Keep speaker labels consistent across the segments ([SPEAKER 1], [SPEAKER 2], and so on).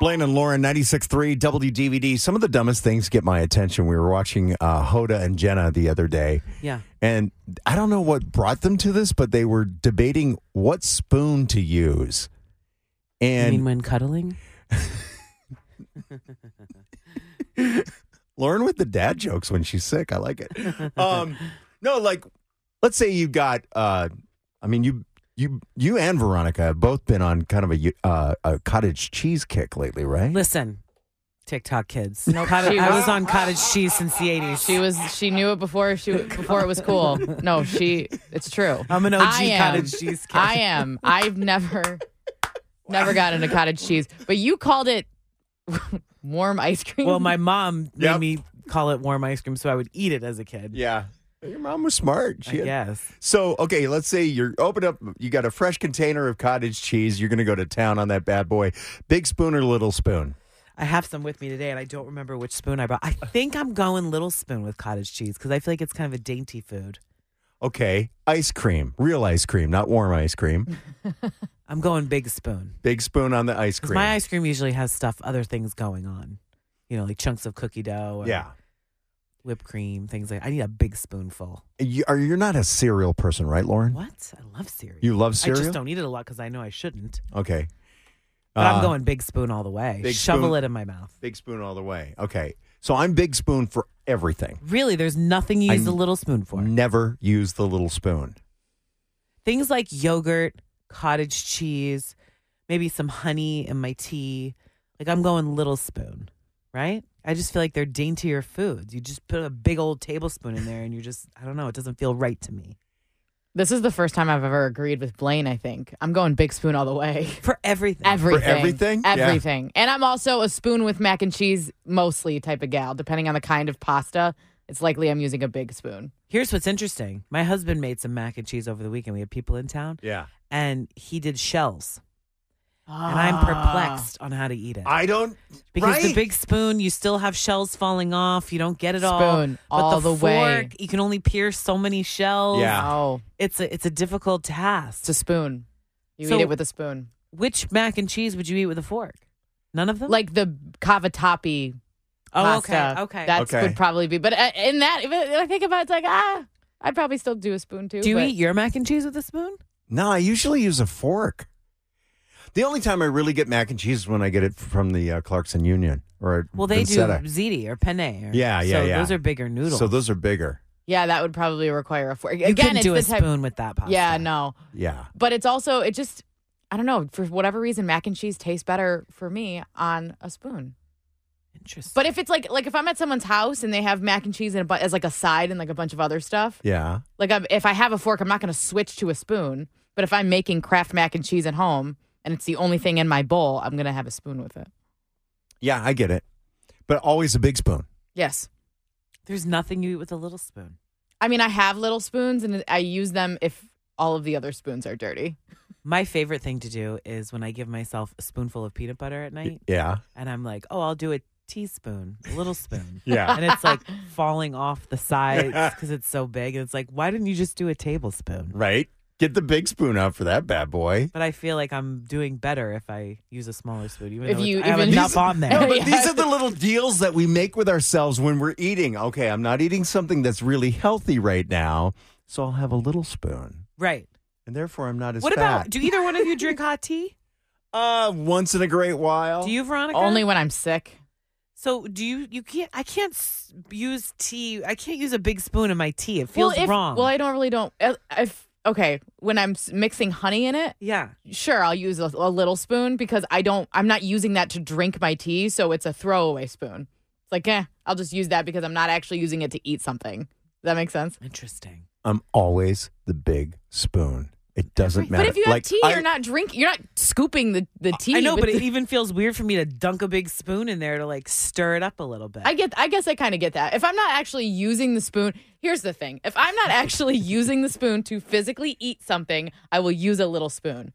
[SPEAKER 1] Blaine and Lauren, 96.3 WDVD. Some of the dumbest things get my attention. We were watching uh, Hoda and Jenna the other day.
[SPEAKER 2] Yeah.
[SPEAKER 1] And I don't know what brought them to this, but they were debating what spoon to use.
[SPEAKER 2] I mean
[SPEAKER 1] And
[SPEAKER 2] when cuddling?
[SPEAKER 1] Lauren with the dad jokes when she's sick. I like it. Um, no, like, let's say you got, uh, I mean, you. You, you and Veronica have both been on kind of a uh, a cottage cheese kick lately, right?
[SPEAKER 2] Listen, TikTok kids.
[SPEAKER 3] Nope,
[SPEAKER 2] Cott-
[SPEAKER 3] she
[SPEAKER 2] I
[SPEAKER 3] was-
[SPEAKER 2] was on cottage cheese since the 80s.
[SPEAKER 3] She was. She knew it before she before it was cool. No, she. It's true.
[SPEAKER 2] I'm an OG
[SPEAKER 3] I am.
[SPEAKER 2] cottage cheese kid.
[SPEAKER 3] I am. I've never, never gotten into cottage cheese, but you called it warm ice cream.
[SPEAKER 2] Well, my mom made
[SPEAKER 1] Yep.
[SPEAKER 2] me call it warm ice cream, so I would eat it as a kid.
[SPEAKER 1] Yeah, your mom was smart.
[SPEAKER 2] Uh,
[SPEAKER 1] She had-
[SPEAKER 2] Yes.
[SPEAKER 1] So, okay, let's say you're open up, you got a fresh container of cottage cheese. You're going to go to town on that bad boy. Big spoon or little spoon?
[SPEAKER 2] I have some with me today, and I don't remember which spoon I brought. I think I'm going little spoon with cottage cheese because I feel like it's kind of a dainty food.
[SPEAKER 1] Okay, ice cream, real ice cream, not warm ice cream.
[SPEAKER 2] I'm going big spoon
[SPEAKER 1] Big spoon on the ice
[SPEAKER 2] because
[SPEAKER 1] cream.
[SPEAKER 2] my ice cream usually has stuff, other things going on. You know, like chunks of cookie dough. Or
[SPEAKER 1] yeah.
[SPEAKER 2] Whipped cream, things like. I need a big spoonful.
[SPEAKER 1] You, are, you're not a cereal person, right, Lauren?
[SPEAKER 2] What? I love cereal.
[SPEAKER 1] You love
[SPEAKER 2] I just
[SPEAKER 1] cereal?
[SPEAKER 2] don't eat it a lot because I know I shouldn't.
[SPEAKER 1] Okay.
[SPEAKER 2] But
[SPEAKER 1] Uh,
[SPEAKER 2] I'm going big spoon all the way.
[SPEAKER 1] big
[SPEAKER 2] Shovel
[SPEAKER 1] spoon.
[SPEAKER 2] it in my mouth.
[SPEAKER 1] Big spoon all the way. Okay. So I'm big spoon for everything.
[SPEAKER 2] Really, there's nothing you
[SPEAKER 1] I- Mm.
[SPEAKER 2] use the little spoon for.
[SPEAKER 1] Never use the little spoon.
[SPEAKER 2] Things like yogurt, cottage cheese, maybe some honey in my tea. Like I'm going little spoon, right? I just feel like they're daintier foods. You just put a big old tablespoon in there and you're just, I don't know, it doesn't feel right to me.
[SPEAKER 3] this is the first time I've ever agreed with Blaine. I think I'm going big spoon all the way.
[SPEAKER 2] For everything.
[SPEAKER 3] Everything.
[SPEAKER 1] everything? Yeah.
[SPEAKER 3] Everything. And I'm also a spoon with mac and cheese mostly type of gal. Depending on the kind of pasta, it's likely I'm using a big spoon.
[SPEAKER 2] Here's what's interesting. My husband made some mac and cheese over the weekend. We had people in town
[SPEAKER 1] Yeah.
[SPEAKER 2] and he did shells. And
[SPEAKER 3] Ah.
[SPEAKER 2] I'm perplexed on how to eat it.
[SPEAKER 1] I don't.
[SPEAKER 2] Because the
[SPEAKER 1] right?
[SPEAKER 2] big spoon, you still have shells falling off. You don't get it all.
[SPEAKER 3] Spoon,
[SPEAKER 2] But
[SPEAKER 3] all
[SPEAKER 2] the,
[SPEAKER 3] the way.
[SPEAKER 2] fork, you can only pierce so many shells.
[SPEAKER 1] Yeah.
[SPEAKER 3] Oh,
[SPEAKER 2] It's a it's a difficult task.
[SPEAKER 3] it's a spoon. You
[SPEAKER 2] So-
[SPEAKER 3] eat it with a spoon.
[SPEAKER 2] Which mac and cheese would you eat with a fork? None of them?
[SPEAKER 3] Like the cavatappi
[SPEAKER 2] oh, okay.
[SPEAKER 3] pasta.
[SPEAKER 2] Okay.
[SPEAKER 3] That
[SPEAKER 1] Okay.
[SPEAKER 3] would probably be. But uh, in that, if I- if I think about it, it's like, ah, I'd probably still do a spoon too.
[SPEAKER 2] Do you
[SPEAKER 3] but-
[SPEAKER 2] eat your mac and cheese with a spoon?
[SPEAKER 1] No, I usually use a fork. The only time I really get mac and cheese is when I get it from the uh, Clarkson Union or
[SPEAKER 2] Well, they
[SPEAKER 1] Vincetta.
[SPEAKER 2] do ziti or penne. Or,
[SPEAKER 1] Yeah, yeah,
[SPEAKER 2] so
[SPEAKER 1] yeah.
[SPEAKER 2] Those are bigger noodles.
[SPEAKER 1] So those are bigger.
[SPEAKER 3] Yeah, that would probably require a fork.
[SPEAKER 2] you
[SPEAKER 3] Again,
[SPEAKER 2] couldn't
[SPEAKER 3] it's
[SPEAKER 2] do
[SPEAKER 3] the
[SPEAKER 2] a
[SPEAKER 3] type.
[SPEAKER 2] spoon with that pasta.
[SPEAKER 3] Yeah, no.
[SPEAKER 1] Yeah,
[SPEAKER 3] But it's also, it just, I don't know. For whatever reason, mac and cheese tastes better for me on a spoon.
[SPEAKER 2] Interesting.
[SPEAKER 3] But if it's like, like if I'm at someone's house and they have mac and cheese and a bu- as like a side and like a bunch of other stuff,
[SPEAKER 1] yeah.
[SPEAKER 3] like I'm, if I have a fork, I'm not going to switch to a spoon. But if I'm making Kraft mac and cheese at home and it's the only thing in my bowl, I'm going to have a spoon with it.
[SPEAKER 1] Yeah, I get it. But always a big spoon.
[SPEAKER 3] Yes.
[SPEAKER 2] there's nothing you eat with a little spoon.
[SPEAKER 3] I mean, I have little spoons and I use them if all of the other spoons are dirty.
[SPEAKER 2] My favorite thing to do is when I give myself a spoonful of peanut butter at night.
[SPEAKER 1] Yeah.
[SPEAKER 2] and I'm like, oh, I'll do a teaspoon, a little spoon.
[SPEAKER 1] Yeah.
[SPEAKER 2] And it's like falling off the sides because it's so big. And it's like, why didn't you just do a tablespoon?
[SPEAKER 1] right? Get the big spoon out for that bad boy.
[SPEAKER 2] But I feel like I'm doing better if I use a smaller spoon, even
[SPEAKER 3] If
[SPEAKER 2] though
[SPEAKER 3] you
[SPEAKER 2] it's, I have
[SPEAKER 3] even-
[SPEAKER 2] enough on
[SPEAKER 1] No,
[SPEAKER 2] there.
[SPEAKER 1] but
[SPEAKER 3] Yeah.
[SPEAKER 1] these are the little deals that we make with ourselves when we're eating. Okay, I'm not eating something that's really healthy right now, so I'll have a little spoon.
[SPEAKER 2] right.
[SPEAKER 1] And therefore, I'm not as
[SPEAKER 2] What
[SPEAKER 1] fat.
[SPEAKER 2] about, do either one of you drink hot tea?
[SPEAKER 1] uh, once in a great while.
[SPEAKER 2] Do you, Veronica?
[SPEAKER 3] Only when I'm sick.
[SPEAKER 2] So do you, you can't, I can't s- use tea. I can't use a big spoon in my tea. It feels
[SPEAKER 3] well, if,
[SPEAKER 2] wrong.
[SPEAKER 3] Well, I don't really don't. if- If okay, when I'm s- mixing honey in it,
[SPEAKER 2] yeah.
[SPEAKER 3] sure, I'll use a, a little spoon because I don't. I'm not using that to drink my tea, so it's a throwaway spoon. It's like, eh, I'll just use that because I'm not actually using it to eat something. Does that make sense?
[SPEAKER 2] Interesting.
[SPEAKER 1] I'm always the big spoon. It doesn't matter.
[SPEAKER 3] But if you have
[SPEAKER 1] Like,
[SPEAKER 3] tea,
[SPEAKER 1] I-
[SPEAKER 3] you're not drinking. You're not scooping the the tea.
[SPEAKER 2] I know,
[SPEAKER 3] with
[SPEAKER 2] but
[SPEAKER 3] the-
[SPEAKER 2] it even feels weird for me to dunk a big spoon in there to like stir it up a little bit.
[SPEAKER 3] I get. I guess I kind of get that. If I'm not actually using the spoon, here's the thing: if I'm not actually using the spoon to physically eat something, I will use a little spoon.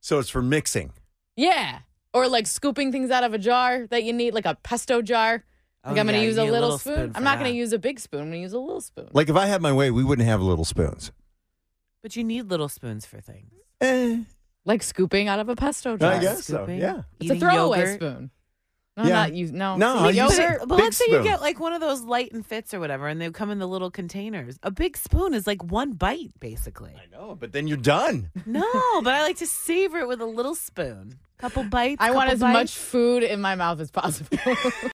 [SPEAKER 1] So it's for mixing.
[SPEAKER 3] Yeah, or like scooping things out of a jar that you need, like a pesto jar.
[SPEAKER 2] Oh,
[SPEAKER 3] Like I'm going
[SPEAKER 2] yeah,
[SPEAKER 3] to
[SPEAKER 2] you
[SPEAKER 3] use
[SPEAKER 2] need
[SPEAKER 3] a little, spoon.
[SPEAKER 2] for
[SPEAKER 3] I'm not going
[SPEAKER 2] that.
[SPEAKER 3] to use a big spoon. I'm going to use a little spoon.
[SPEAKER 1] Like if I had my way, we wouldn't have little spoons.
[SPEAKER 2] But you need little spoons for things.
[SPEAKER 1] Eh,
[SPEAKER 3] Like scooping out of a pesto jar.
[SPEAKER 1] I guess so.
[SPEAKER 2] Scooping,
[SPEAKER 1] Yeah.
[SPEAKER 3] It's a
[SPEAKER 2] eating
[SPEAKER 3] throwaway
[SPEAKER 2] yogurt.
[SPEAKER 3] spoon. No,
[SPEAKER 1] Yeah.
[SPEAKER 3] not you. No.
[SPEAKER 1] No,
[SPEAKER 3] See,
[SPEAKER 1] you
[SPEAKER 2] But,
[SPEAKER 1] said-
[SPEAKER 3] yogurt.
[SPEAKER 2] it- but
[SPEAKER 1] Big
[SPEAKER 2] let's say
[SPEAKER 1] spoon.
[SPEAKER 2] you get like one of those light and fits or whatever, and they come in the little containers. A big spoon is like one bite, basically.
[SPEAKER 1] I know, but then you're done.
[SPEAKER 2] No, but I like to savor it with a little spoon. Couple bites.
[SPEAKER 3] I want
[SPEAKER 2] couple
[SPEAKER 3] as
[SPEAKER 2] bites.
[SPEAKER 3] much food in my mouth as possible.